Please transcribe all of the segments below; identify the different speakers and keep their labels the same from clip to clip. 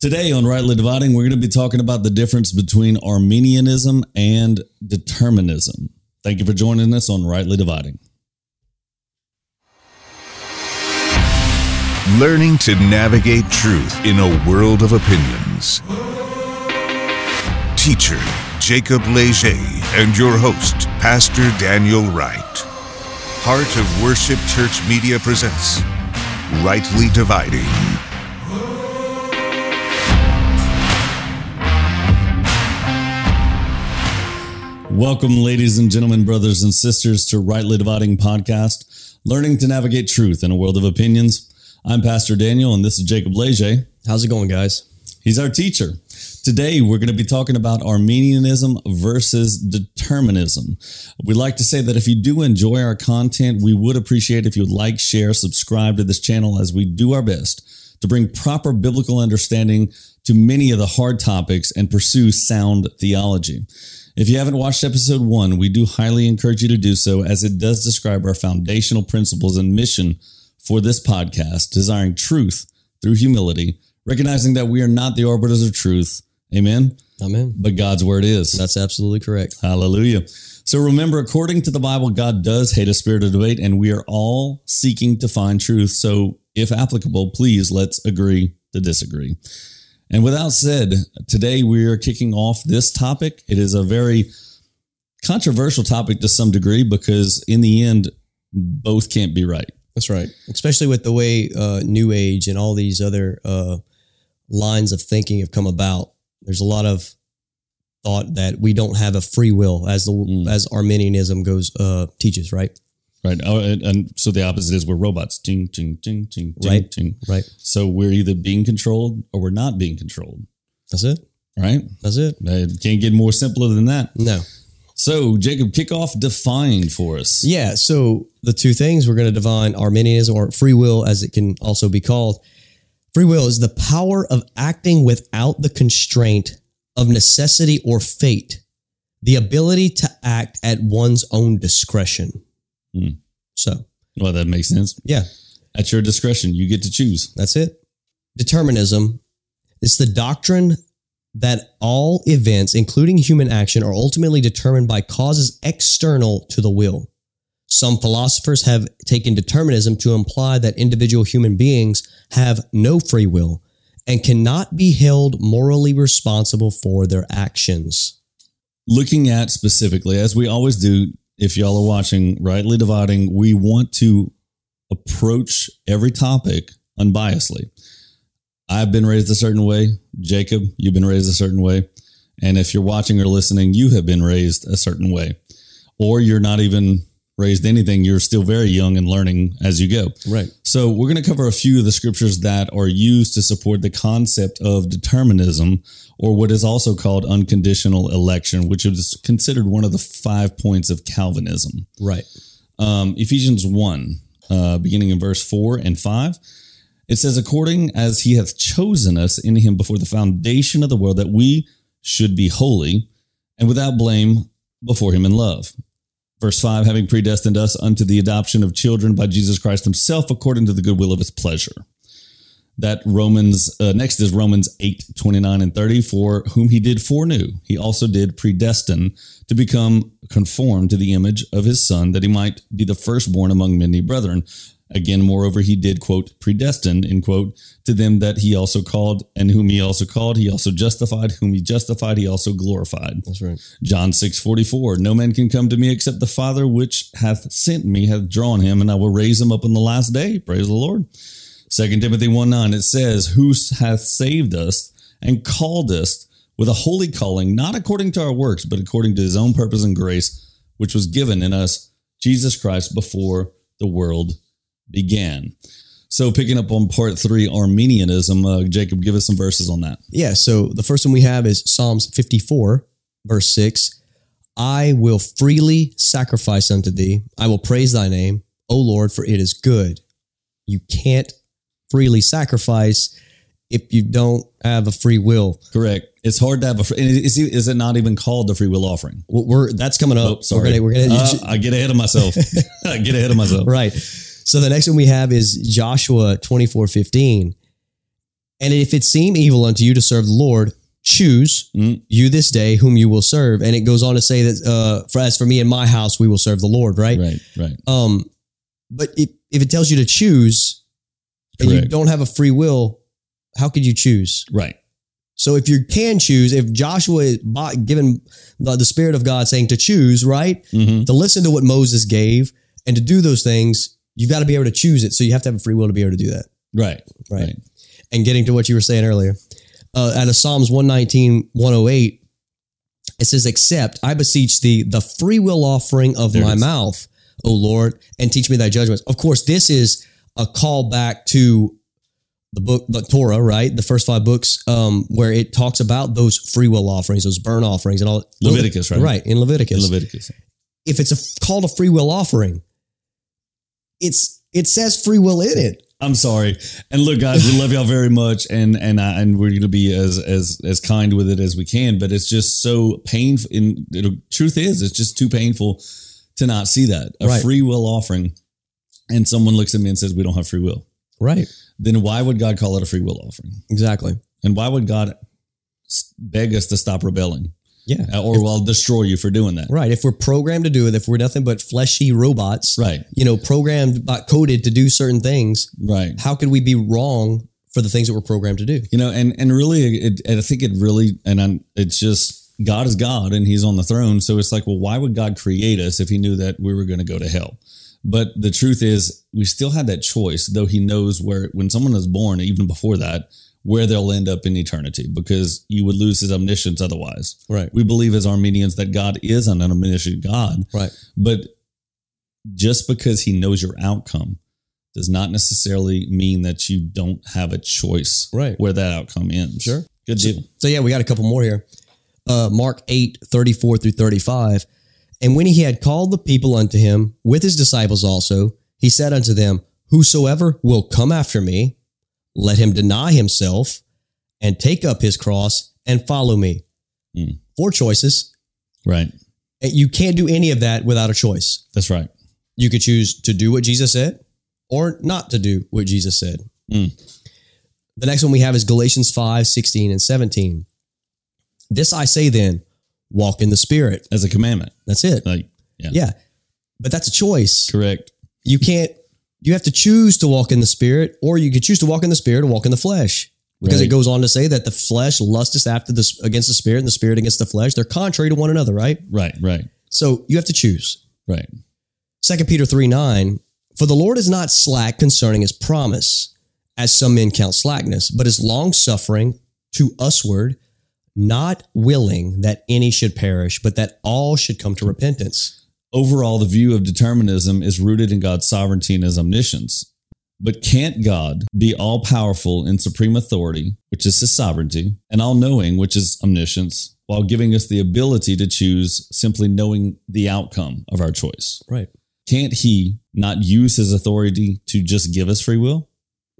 Speaker 1: Today on Rightly Dividing, we're going to be talking about the difference between Armenianism and determinism. Thank you for joining us on Rightly Dividing.
Speaker 2: Learning to navigate truth in a world of opinions. Teacher Jacob Leger and your host, Pastor Daniel Wright. Heart of Worship Church Media presents Rightly Dividing.
Speaker 1: Welcome, ladies and gentlemen, brothers and sisters, to Rightly Dividing Podcast, learning to navigate truth in a world of opinions. I'm Pastor Daniel, and this is Jacob Leger.
Speaker 3: How's it going, guys?
Speaker 1: He's our teacher. Today, we're going to be talking about Armenianism versus determinism. We like to say that if you do enjoy our content, we would appreciate if you like, share, subscribe to this channel as we do our best to bring proper biblical understanding to many of the hard topics and pursue sound theology. If you haven't watched episode one, we do highly encourage you to do so as it does describe our foundational principles and mission for this podcast, desiring truth through humility, recognizing that we are not the arbiters of truth. Amen.
Speaker 3: Amen.
Speaker 1: But God's word is.
Speaker 3: That's absolutely correct.
Speaker 1: Hallelujah. So remember, according to the Bible, God does hate a spirit of debate, and we are all seeking to find truth. So, if applicable, please let's agree to disagree. And without said, today we are kicking off this topic. It is a very controversial topic to some degree because, in the end, both can't be right.
Speaker 3: That's right. Especially with the way uh, New Age and all these other uh, lines of thinking have come about. There's a lot of thought that we don't have a free will as the
Speaker 1: Mm.
Speaker 3: as Arminianism goes uh, teaches, right?
Speaker 1: Right. Oh, and, and so the opposite is we're robots. Ting, ting, ting, ting, ting,
Speaker 3: Right.
Speaker 1: ting.
Speaker 3: Right.
Speaker 1: So we're either being controlled or we're not being controlled.
Speaker 3: That's it.
Speaker 1: Right.
Speaker 3: That's it.
Speaker 1: It can't get more simpler than that.
Speaker 3: No.
Speaker 1: So Jacob, kick off defined for us.
Speaker 3: Yeah. So the two things we're going to define Arminianism or free will, as it can also be called. Free will is the power of acting without the constraint of necessity or fate, the ability to act at one's own discretion.
Speaker 1: Hmm.
Speaker 3: So,
Speaker 1: Well, that makes sense.
Speaker 3: yeah,
Speaker 1: At your discretion, you get to choose.
Speaker 3: that's it. Determinism is the doctrine that all events, including human action, are ultimately determined by causes external to the will. Some philosophers have taken determinism to imply that individual human beings have no free will and cannot be held morally responsible for their actions.
Speaker 1: Looking at specifically, as we always do, if y'all are watching, rightly dividing, we want to approach every topic unbiasedly. I've been raised a certain way. Jacob, you've been raised a certain way. And if you're watching or listening, you have been raised a certain way, or you're not even raised anything. You're still very young and learning as you go.
Speaker 3: Right.
Speaker 1: So, we're going to cover a few of the scriptures that are used to support the concept of determinism, or what is also called unconditional election, which is considered one of the five points of Calvinism
Speaker 3: Right.
Speaker 1: um, Ephesians 1, uh, beginning in verse 4 and 5. It says, According as he hath chosen us in him before the foundation of the world, that we should be holy and without blame before him in love. Verse 5, having predestined us unto the adoption of children by Jesus Christ himself, according to the good will of his pleasure. That Romans, uh, next is Romans 8, 29 and 30. For whom he did foreknew, he also did predestine to become conformed to the image of his son, that he might be the firstborn among many brethren. Again, moreover, he did, quote, predestine, end quote, to them that he also called, and whom he also called, he also justified, whom he justified, he also glorified.
Speaker 3: That's right.
Speaker 1: John 6 44. No man can come to me except the Father which hath sent me hath drawn him, and I will raise him up in the last day. Praise the Lord. 2 Timothy 1 9, it says, Who hath saved us and called us with a holy calling, not according to our works, but according to his own purpose and grace, which was given in us, Jesus Christ, before the world began. So, picking up on part three, Armenianism, uh, Jacob, give us some verses on that.
Speaker 3: Yeah. So the first one we have is Psalms 54, verse 6. I will freely sacrifice unto thee. I will praise thy name, O Lord, for it is good. You can't freely sacrifice if you don't have a free will.
Speaker 1: Correct. It's hard to have a. fr- and Is, is it not even called the free will offering?
Speaker 3: We're we're- that's coming
Speaker 1: Oh,
Speaker 3: up.
Speaker 1: sorry.
Speaker 3: We're gonna, we're gonna,
Speaker 1: Uh, I get ahead of myself. I get ahead of myself.
Speaker 3: right. So the next one we have is Joshua 24 15. And if it seem evil unto you to serve the Lord, choose
Speaker 1: Mm.
Speaker 3: you this day whom you will serve. And it goes on to say that, uh, for as for me and my house, we will serve the Lord, right?
Speaker 1: Right, right.
Speaker 3: Um, but if, if it tells you to choose and you
Speaker 1: Correct.
Speaker 3: don't have a free will, how could you choose?
Speaker 1: Right.
Speaker 3: So if you can choose, if Joshua is bo- given the, the Spirit of God saying to choose, right,
Speaker 1: hmm
Speaker 3: to listen to what Moses gave and to do those things, you've got to be able to choose it. So you have to have a free will to be able to do that
Speaker 1: Right.
Speaker 3: right? And getting to what you were saying earlier, uh, out of Psalms 119, 108, it says, Accept, I beseech thee, the free will offering of
Speaker 1: There it
Speaker 3: my
Speaker 1: is.
Speaker 3: mouth, O Lord, and teach me thy judgments. Of course, this is a call back to the book, the Torah, right? The first five books, um, where it talks about those free will offerings, those burn offerings, and all.
Speaker 1: Leviticus, right?
Speaker 3: Right, in Leviticus
Speaker 1: Leviticus.
Speaker 3: if it's a, called a free will offering, it's it says free will in it.
Speaker 1: I'm sorry. And look, guys, we love y'all very much, and and I, and we're going to be as as as kind with it as we can. But it's just so painful. And the truth is, it's just too painful to not see that a
Speaker 3: Right.
Speaker 1: free will offering, and someone looks at me and says, "We don't have free will."
Speaker 3: Right.
Speaker 1: Then why would God call it a free will offering?
Speaker 3: Exactly.
Speaker 1: And why would God s- beg us to stop rebelling,
Speaker 3: Yeah.
Speaker 1: Uh, or will destroy you for doing that?
Speaker 3: Right. If we're programmed to do it, if we're nothing but fleshy robots,
Speaker 1: Right,
Speaker 3: you know, programmed, by, coded to do certain things,
Speaker 1: right.
Speaker 3: how could we be wrong for the things that we're programmed to do?
Speaker 1: you know and and really it, and i think it really and I'm, it's just god is god and he's on the throne so it's like well why would god create us if he knew that we were going to go to hell but the truth is we still had that choice though he knows where when someone is born even before that where they'll end up in eternity because you would lose his omniscience otherwise
Speaker 3: Right.
Speaker 1: we believe as armenians that god is an omniscient god
Speaker 3: Right.
Speaker 1: but just because he knows your outcome does not necessarily mean that you don't have a choice
Speaker 3: Right.
Speaker 1: where that outcome ends.
Speaker 3: Sure.
Speaker 1: Good
Speaker 3: So,
Speaker 1: deal.
Speaker 3: so yeah, we got a couple more here. Uh, Mark 8, 34 through 35. And when he had called the people unto him with his disciples also, he said unto them, Whosoever will come after me, let him deny himself and take up his cross and follow me.
Speaker 1: Mm.
Speaker 3: Four choices.
Speaker 1: Right.
Speaker 3: You can't do any of that without a choice.
Speaker 1: That's right.
Speaker 3: you could choose to do what Jesus said or not to do what Jesus said.
Speaker 1: Mm.
Speaker 3: The next one we have is Galatians 5 16 and 17. This I say then, walk in the Spirit.
Speaker 1: As a commandment.
Speaker 3: That's it.
Speaker 1: Like, yeah.
Speaker 3: yeah. But that's a choice.
Speaker 1: Correct.
Speaker 3: You can't, you have to choose to walk in the Spirit, or you could choose to walk in the Spirit or walk in the flesh. Because
Speaker 1: Right.
Speaker 3: it goes on to say that the flesh lusteth after the against the spirit and the spirit against the flesh. They're contrary to one another, right?
Speaker 1: Right. Right.
Speaker 3: So you have to choose.
Speaker 1: Right.
Speaker 3: 2 Peter 3 9, for the Lord is not slack concerning his promise, as some men count slackness, but is long suffering to usward, not willing that any should perish, but that all should come to repentance.
Speaker 1: Overall, the view of determinism is rooted in God's sovereignty and his omniscience. But can't God be all powerful in supreme authority, which is his sovereignty, and all knowing, which is omniscience, while giving us the ability to choose simply knowing the outcome of our choice?
Speaker 3: Right.
Speaker 1: can't he not use his authority to just give us free will?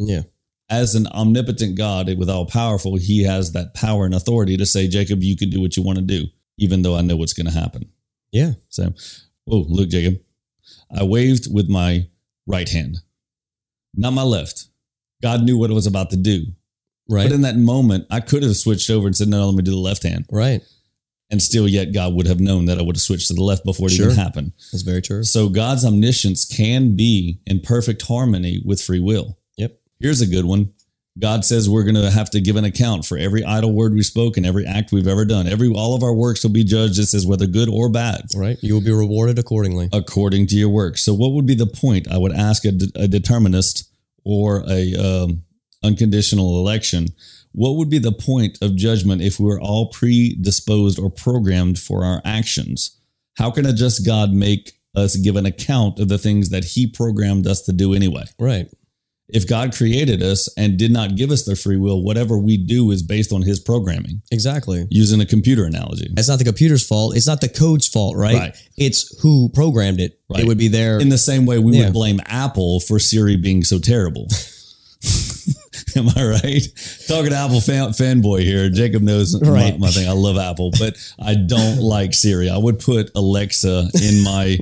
Speaker 3: Yeah.
Speaker 1: As an omnipotent God with all powerful, he has that power and authority to say, Jacob, you can do what you want to do, even though I know what's going to happen.
Speaker 3: Yeah.
Speaker 1: So, oh, look, Jacob, I waved with my right hand, not my left. God knew what I was about to do.
Speaker 3: Right.
Speaker 1: But in that moment, I could have switched over and said, no, let me do the left hand.
Speaker 3: right.
Speaker 1: And still, yet, God would have known that I would have switched to the left before it
Speaker 3: Sure.
Speaker 1: even happened.
Speaker 3: That's very true.
Speaker 1: So God's omniscience can be in perfect harmony with free will.
Speaker 3: Yep.
Speaker 1: Here's a good one. God says we're going to have to give an account for every idle word we spoke and every act we've ever done. Every all of our works will be judged. It says whether good or bad,
Speaker 3: Right. You will be rewarded accordingly.
Speaker 1: according to your work. So, what would be the point? I would ask a, de- a determinist or a um, unconditional election. What would be the point of judgment if we were all predisposed or programmed for our actions? How can a just God make us give an account of the things that He programmed us to do anyway?
Speaker 3: Right.
Speaker 1: If God created us and did not give us the free will, whatever we do is based on His programming.
Speaker 3: Exactly.
Speaker 1: Using a computer analogy,
Speaker 3: It's not the computer's fault. It's not the code's fault, right?
Speaker 1: Right.
Speaker 3: It's who programmed it.
Speaker 1: Right.
Speaker 3: It would be their
Speaker 1: in the same way we
Speaker 3: Yeah.
Speaker 1: would blame Apple for Siri being so terrible. Am I right? Talking to Apple fan, fanboy here. Jacob knows my-
Speaker 3: Right.
Speaker 1: my, thing. I love Apple, but I don't like Siri. I would put Alexa in my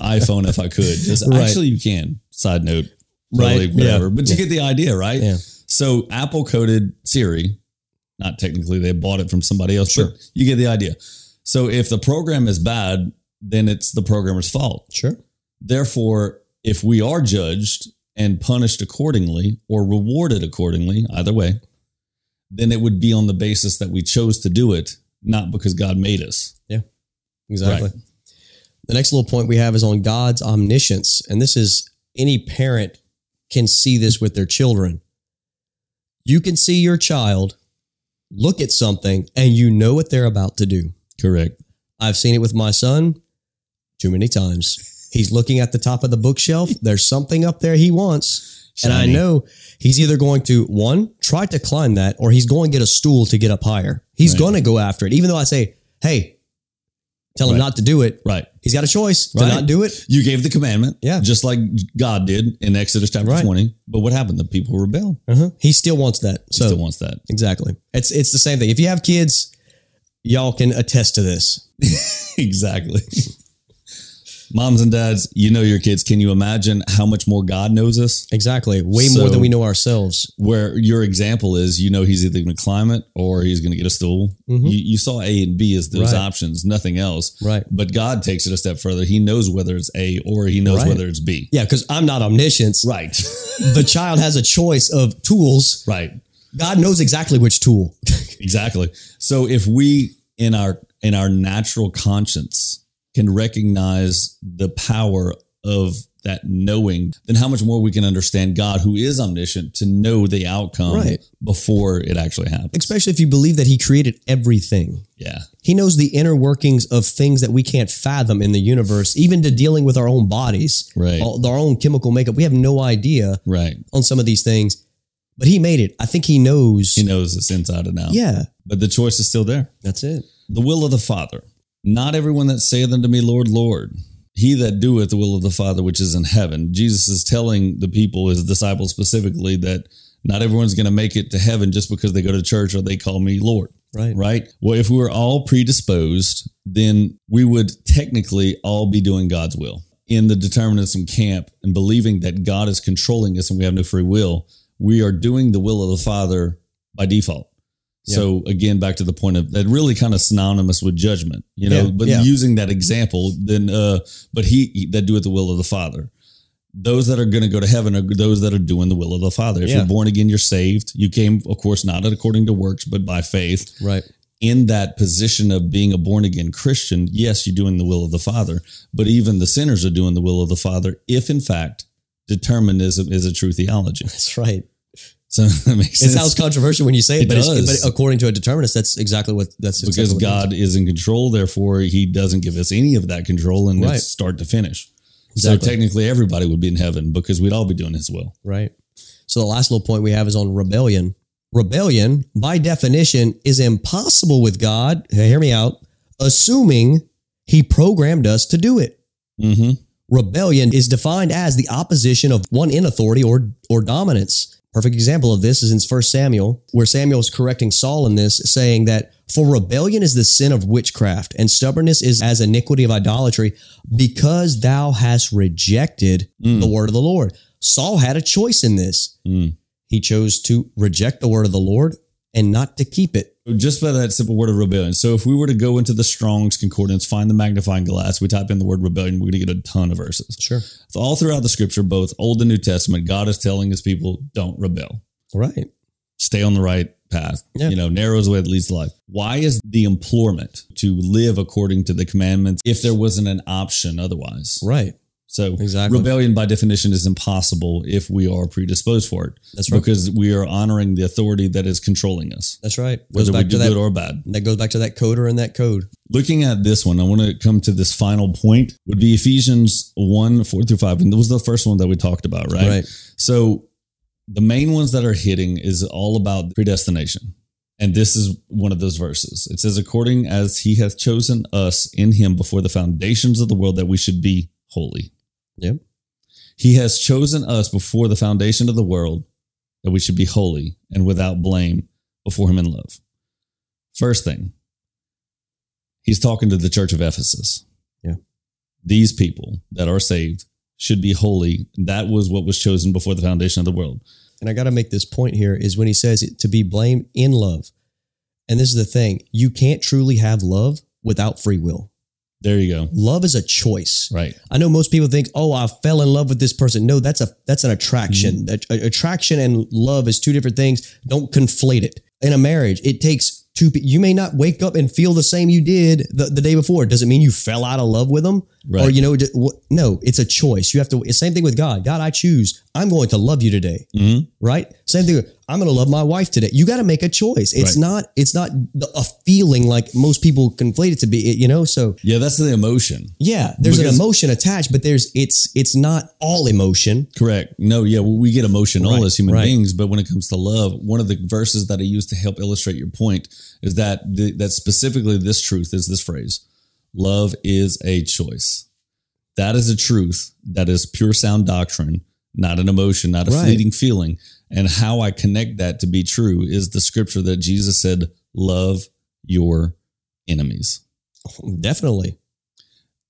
Speaker 1: iPhone if I could. Just
Speaker 3: Right.
Speaker 1: actually, you can. Side note,
Speaker 3: Right.
Speaker 1: really,
Speaker 3: Yeah.
Speaker 1: whatever. But you get the idea, right?
Speaker 3: Yeah.
Speaker 1: So Apple coded Siri. Not technically, they bought it from somebody else,
Speaker 3: Sure.
Speaker 1: but you get the idea. So if the program is bad, then it's the programmer's fault.
Speaker 3: Sure.
Speaker 1: Therefore, if we are judged and punished accordingly or rewarded accordingly, either way, then it would be on the basis that we chose to do it, not because God made us.
Speaker 3: Exactly.
Speaker 1: Right.
Speaker 3: The next little point we have is on God's omniscience. And this is any parent can see this with their children. You can see your child look at something and you know what they're about to do.
Speaker 1: Correct.
Speaker 3: I've seen it with my son too many times. He's looking at the top of the bookshelf. There's something up there he wants. And I
Speaker 1: Shiny.
Speaker 3: know he's either going to one, try to climb that, or he's going to get a stool to get up higher. He's
Speaker 1: Right.
Speaker 3: going to go after it. Even though I say, hey, tell him
Speaker 1: Right.
Speaker 3: not to do it,
Speaker 1: Right.
Speaker 3: he's got a choice
Speaker 1: Right.
Speaker 3: to not do it.
Speaker 1: You gave the commandment,
Speaker 3: Yeah.
Speaker 1: just like God did in Exodus chapter
Speaker 3: Right.
Speaker 1: twenty. But what happened? The people rebelled.
Speaker 3: Uh-huh. He still wants that.
Speaker 1: He
Speaker 3: So
Speaker 1: still wants that.
Speaker 3: exactly. It's it's the same thing. If you have kids, y'all can attest to this.
Speaker 1: exactly. Moms and dads, you know your kids. Can you imagine how much more God knows us?
Speaker 3: Exactly. Way
Speaker 1: So-
Speaker 3: more than we know ourselves.
Speaker 1: Where your example is, you know, he's either going to climb it or he's going to get a stool.
Speaker 3: Mhm.
Speaker 1: You, you saw A and B as those
Speaker 3: Right.
Speaker 1: options, nothing else.
Speaker 3: Right.
Speaker 1: But God takes it a step further. He knows whether it's A or he knows
Speaker 3: Right.
Speaker 1: whether it's B.
Speaker 3: Yeah, because I'm not omniscient.
Speaker 1: Right.
Speaker 3: The child has a choice of tools.
Speaker 1: right.
Speaker 3: God knows exactly which tool.
Speaker 1: Exactly. So if we in our in our natural conscience can recognize the power of that knowing, then how much more we can understand God who is omniscient to know the outcome
Speaker 3: Right.
Speaker 1: before it actually happens.
Speaker 3: Especially if you believe that He created everything.
Speaker 1: Yeah.
Speaker 3: He knows the inner workings of things that we can't fathom in the universe, even to dealing with our own bodies,
Speaker 1: Right.
Speaker 3: all- our own chemical makeup. We have no idea
Speaker 1: Right.
Speaker 3: on some of these things, but He made it. I think He knows.
Speaker 1: He knows it's inside and out.
Speaker 3: Yeah,
Speaker 1: But the choice is still there.
Speaker 3: Oh. that's it.
Speaker 1: The will of the Father. Not everyone that saith unto me, Lord, Lord, he that doeth the will of the Father which is in heaven. Jesus is telling the people, his disciples specifically, that not everyone's going to make it to heaven just because they go to church or they call me Lord,
Speaker 3: Right.
Speaker 1: right? Well, if we were all predisposed, then we would technically all be doing God's will. In the determinism camp and believing that God is controlling us and we have no free will, we are doing the will of the Father by default. So again, back to the point of that really kind of synonymous with judgment, you know,
Speaker 3: Yeah,
Speaker 1: but
Speaker 3: yeah.
Speaker 1: using that example, then, uh, but he, he that doeth the will of the father, those that are going to go to heaven are those that are doing the will of the father. If
Speaker 3: Yeah.
Speaker 1: you're born again, you're saved. You came, of course, not according to works, but by faith
Speaker 3: Right.
Speaker 1: in that position of being a born again Christian. Yes, you're doing the will of the father, but even the sinners are doing the will of the father. If in fact determinism is a true theology.
Speaker 3: That's right.
Speaker 1: So that makes
Speaker 3: It
Speaker 1: sense.
Speaker 3: sounds controversial when you say it,
Speaker 1: It
Speaker 3: but,
Speaker 1: does.
Speaker 3: It's, but according to a determinist, that's exactly what that's
Speaker 1: because
Speaker 3: exactly what it is.
Speaker 1: God is in control, therefore He doesn't give us any of that control, and
Speaker 3: Right.
Speaker 1: it's start to finish. So
Speaker 3: Exactly.
Speaker 1: technically, everybody would be in heaven because we'd all be doing His will.
Speaker 3: Right. So the last little point we have is on rebellion. Rebellion, by definition, is impossible with God. Hear me out. Assuming he programmed us to do it.
Speaker 1: Mm-hmm.
Speaker 3: Rebellion is defined as the opposition of one in authority or or dominance. Perfect example of this is in 1 Samuel, where Samuel is correcting Saul in this, saying that for rebellion is the sin of witchcraft, and stubbornness is as iniquity of idolatry, because thou hast rejected
Speaker 1: Mm.
Speaker 3: the word of the Lord. Saul had a choice in this.
Speaker 1: Mm.
Speaker 3: He chose to reject the word of the Lord and not to keep it.
Speaker 1: Just by that simple word of rebellion. So if we were to go into the Strong's Concordance, find the magnifying glass, we type in the word rebellion, we're going to get a ton of verses.
Speaker 3: Sure.
Speaker 1: So all throughout the Scripture, both Old and New Testament, God is telling His people, "Don't rebel."
Speaker 3: Right.
Speaker 1: stay on the right path.
Speaker 3: Yeah.
Speaker 1: You know, narrow is the way that leads to life. Why is the implorement to live according to the commandments if there wasn't an option otherwise?
Speaker 3: Right.
Speaker 1: So
Speaker 3: Exactly.
Speaker 1: rebellion by definition is impossible if we are predisposed for it
Speaker 3: That's right.
Speaker 1: because we are honoring the authority that is controlling us,
Speaker 3: That's right. Goes
Speaker 1: whether we
Speaker 3: back to
Speaker 1: do
Speaker 3: that.
Speaker 1: good or bad.
Speaker 3: that goes back to that coder and that code.
Speaker 1: Looking at this one, I want to come to this final point would be Ephesians 1, 4 through 5. And that was the first one that we talked about, right? So the main ones that are hitting is all about predestination. And this is one of those verses. It says, according as he hath chosen us in him before the foundations of the world that we should be holy.
Speaker 3: Yep.
Speaker 1: He has chosen us before the foundation of the world that we should be holy and without blame before him in love. First thing, he's talking to the church of Ephesus.
Speaker 3: Yeah.
Speaker 1: These people that are saved should be holy. That was what was chosen before the foundation of the world.
Speaker 3: and I got to make this point here, is when he says it, to be blamed in love. And this is the thing you can't truly have love without free will.
Speaker 1: There you go.
Speaker 3: Love is a choice.
Speaker 1: Right.
Speaker 3: I know most people think, "Oh, I fell in love with this person." No, that's a that's an
Speaker 1: Mm-hmm.
Speaker 3: attraction. A- a- attraction and love is two different things. Don't conflate it. In a marriage, it takes two. pe- You may not wake up and feel the same you did the, the day before. Does it mean you fell out of love with them?
Speaker 1: Right.
Speaker 3: Or you know, d- wh- no, it's a choice. You have to. Same thing with God. God, I choose. I'm going to love you today
Speaker 1: hmm
Speaker 3: right? Same thing. I'm going to love my wife today. You got to make a choice. It's
Speaker 1: Right.
Speaker 3: not. It's not the- a feeling like most people conflate it to be. You know. So
Speaker 1: Yeah, that's the emotion.
Speaker 3: yeah, there's
Speaker 1: Because-
Speaker 3: an emotion attached, but there's it's it's not all emotion.
Speaker 1: Correct. No, yeah, well, we get emotional
Speaker 3: Right,
Speaker 1: as human
Speaker 3: right.
Speaker 1: beings, but when it comes to love, one of the verses that I use to help illustrate your point is that the, that specifically this truth is this phrase: "Love is a choice." That is a truth. That is pure sound doctrine, not an emotion, not a
Speaker 3: Right.
Speaker 1: fleeting feeling. And how I connect that to be true is the scripture that Jesus said, "Love your enemies."
Speaker 3: Definitely.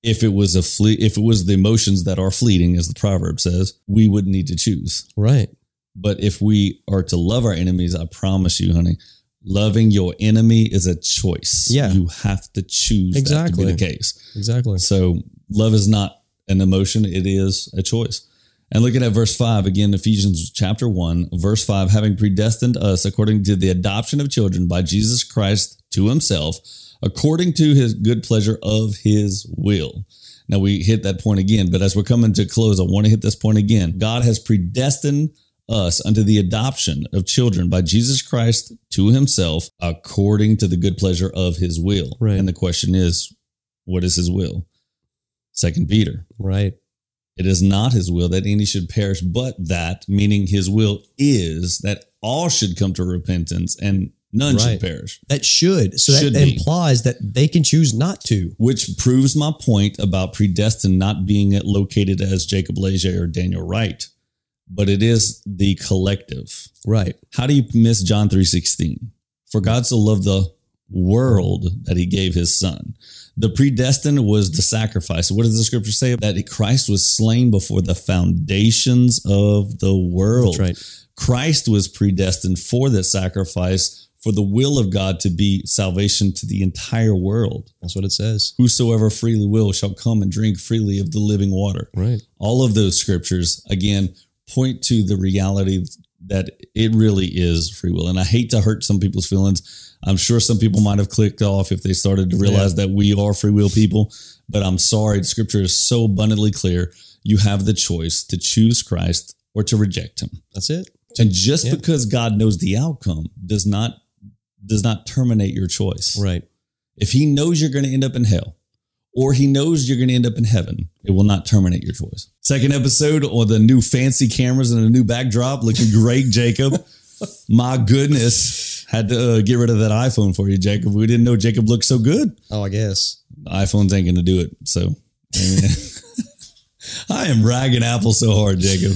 Speaker 1: If it was a fle- if it was the emotions that are fleeting, as the proverb says, we would need to choose.
Speaker 3: Right.
Speaker 1: But if we are to love our enemies, I promise you, honey, loving your enemy is a choice.
Speaker 3: Yeah.
Speaker 1: You have to choose
Speaker 3: Exactly.
Speaker 1: that to be the case.
Speaker 3: Exactly.
Speaker 1: So love is not an emotion, it is a choice. And looking at verse five, again, Ephesians chapter one, verse five, having predestined us according to the adoption of children by Jesus Christ to himself, according to his good pleasure of his will. Now we hit that point again, but as we're coming to close, I want to hit this point again. God has predestined us unto the adoption of children by Jesus Christ to himself according to the good pleasure of his will.
Speaker 3: Right.
Speaker 1: And the question is, what is his will? Second Peter.
Speaker 3: Right.
Speaker 1: It is not his will that any should perish, but that, meaning his will is that all should come to repentance and none
Speaker 3: Right.
Speaker 1: should perish.
Speaker 3: That should. So
Speaker 1: Should
Speaker 3: that
Speaker 1: be.
Speaker 3: implies that they can choose not to.
Speaker 1: Which proves my point about predestined not being located as Jacob Leger or Daniel Wright, but it is the collective.
Speaker 3: Right.
Speaker 1: How do you miss John 3:16? For God so loved the world that he gave his son. The predestined was the sacrifice. What does the scripture say? That Christ was slain before the foundations of the world.
Speaker 3: That's right.
Speaker 1: Christ was predestined for that sacrifice for the will of God to be salvation to the entire world.
Speaker 3: That's what it says.
Speaker 1: Whosoever freely will shall come and drink freely of the living water
Speaker 3: Right.
Speaker 1: all of those scriptures again point to the reality that it really is free will and i hate to hurt some people's feelings i'm sure some people might have clicked off if they started to realize that we are free will people but i'm sorry scripture is so abundantly clear you have the choice to choose christ or to reject him
Speaker 3: That's it.
Speaker 1: and just
Speaker 3: Yeah.
Speaker 1: because god knows the outcome does not does not terminate your choice
Speaker 3: Right.
Speaker 1: if he knows you're going to end up in hell or he knows you're going to end up in heaven, it will not terminate your choice. Second episode on the new fancy cameras and a new backdrop looking great, Jacob. My goodness. Had to uh, get rid of that iPhone for you, Jacob. We didn't know Jacob looked so good.
Speaker 3: Oh, I guess.
Speaker 1: iPhones ain't going to do it. So I mean, I am ragging Apple so hard, Jacob.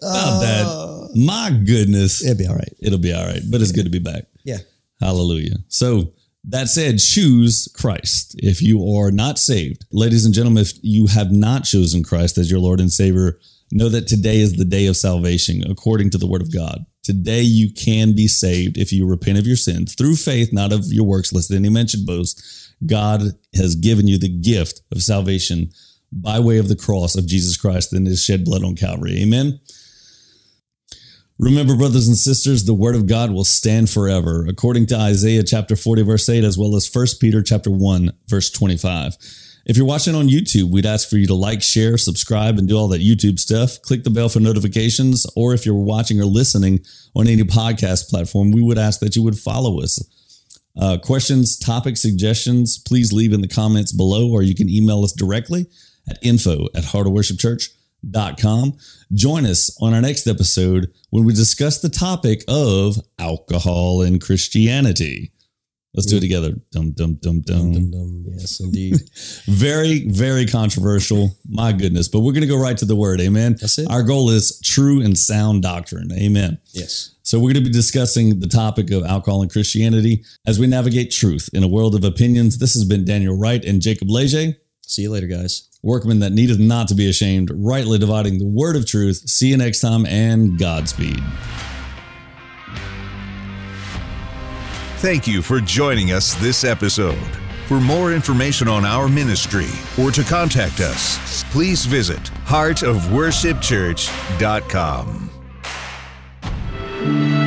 Speaker 1: About that. My goodness.
Speaker 3: It'd be all right.
Speaker 1: It'll be all right, but it's good to be back.
Speaker 3: Yeah.
Speaker 1: Hallelujah. So that said, choose Christ if you are not saved. Ladies and gentlemen, if you have not chosen Christ as your Lord and Savior, know that today is the day of salvation according to the Word of God. Today you can be saved if you repent of your sins through faith, not of your works, lest any man should boast. God has given you the gift of salvation by way of the cross of Jesus Christ and his shed blood on Calvary. Amen. Remember, brothers and sisters, the word of God will stand forever, according to Isaiah chapter 40, verse 8, as well as 1 Peter chapter 1, verse 25. If you're watching on YouTube, we'd ask for you to like, share, subscribe, and do all that YouTube stuff. Click the bell for notifications. Or if you're watching or listening on any podcast platform, we would ask that you would follow us. Uh, questions, topic suggestions, please leave in the comments below, or you can email us directly at info at heartofworshipchurch.com. Join us on our next episode when we discuss the topic of alcohol and Christianity. Let's do it together. Dum, dum, dum, dum, dum.
Speaker 3: Dum, dum. Yes, indeed.
Speaker 1: Very, very controversial. My goodness. But we're going to go right to the word. Amen.
Speaker 3: That's it.
Speaker 1: Our goal is true and sound doctrine. Amen.
Speaker 3: yes.
Speaker 1: So we're going to be discussing the topic of alcohol and Christianity as we navigate truth in a world of opinions. This has been Daniel Wright and Jacob Leger,
Speaker 3: See you later, guys.
Speaker 1: workmen that needeth not to be ashamed, rightly dividing the word of truth. See you next time and Godspeed.
Speaker 2: Thank you for joining us this episode. For more information on our ministry or to contact us, please visit heartofworshipchurch.com.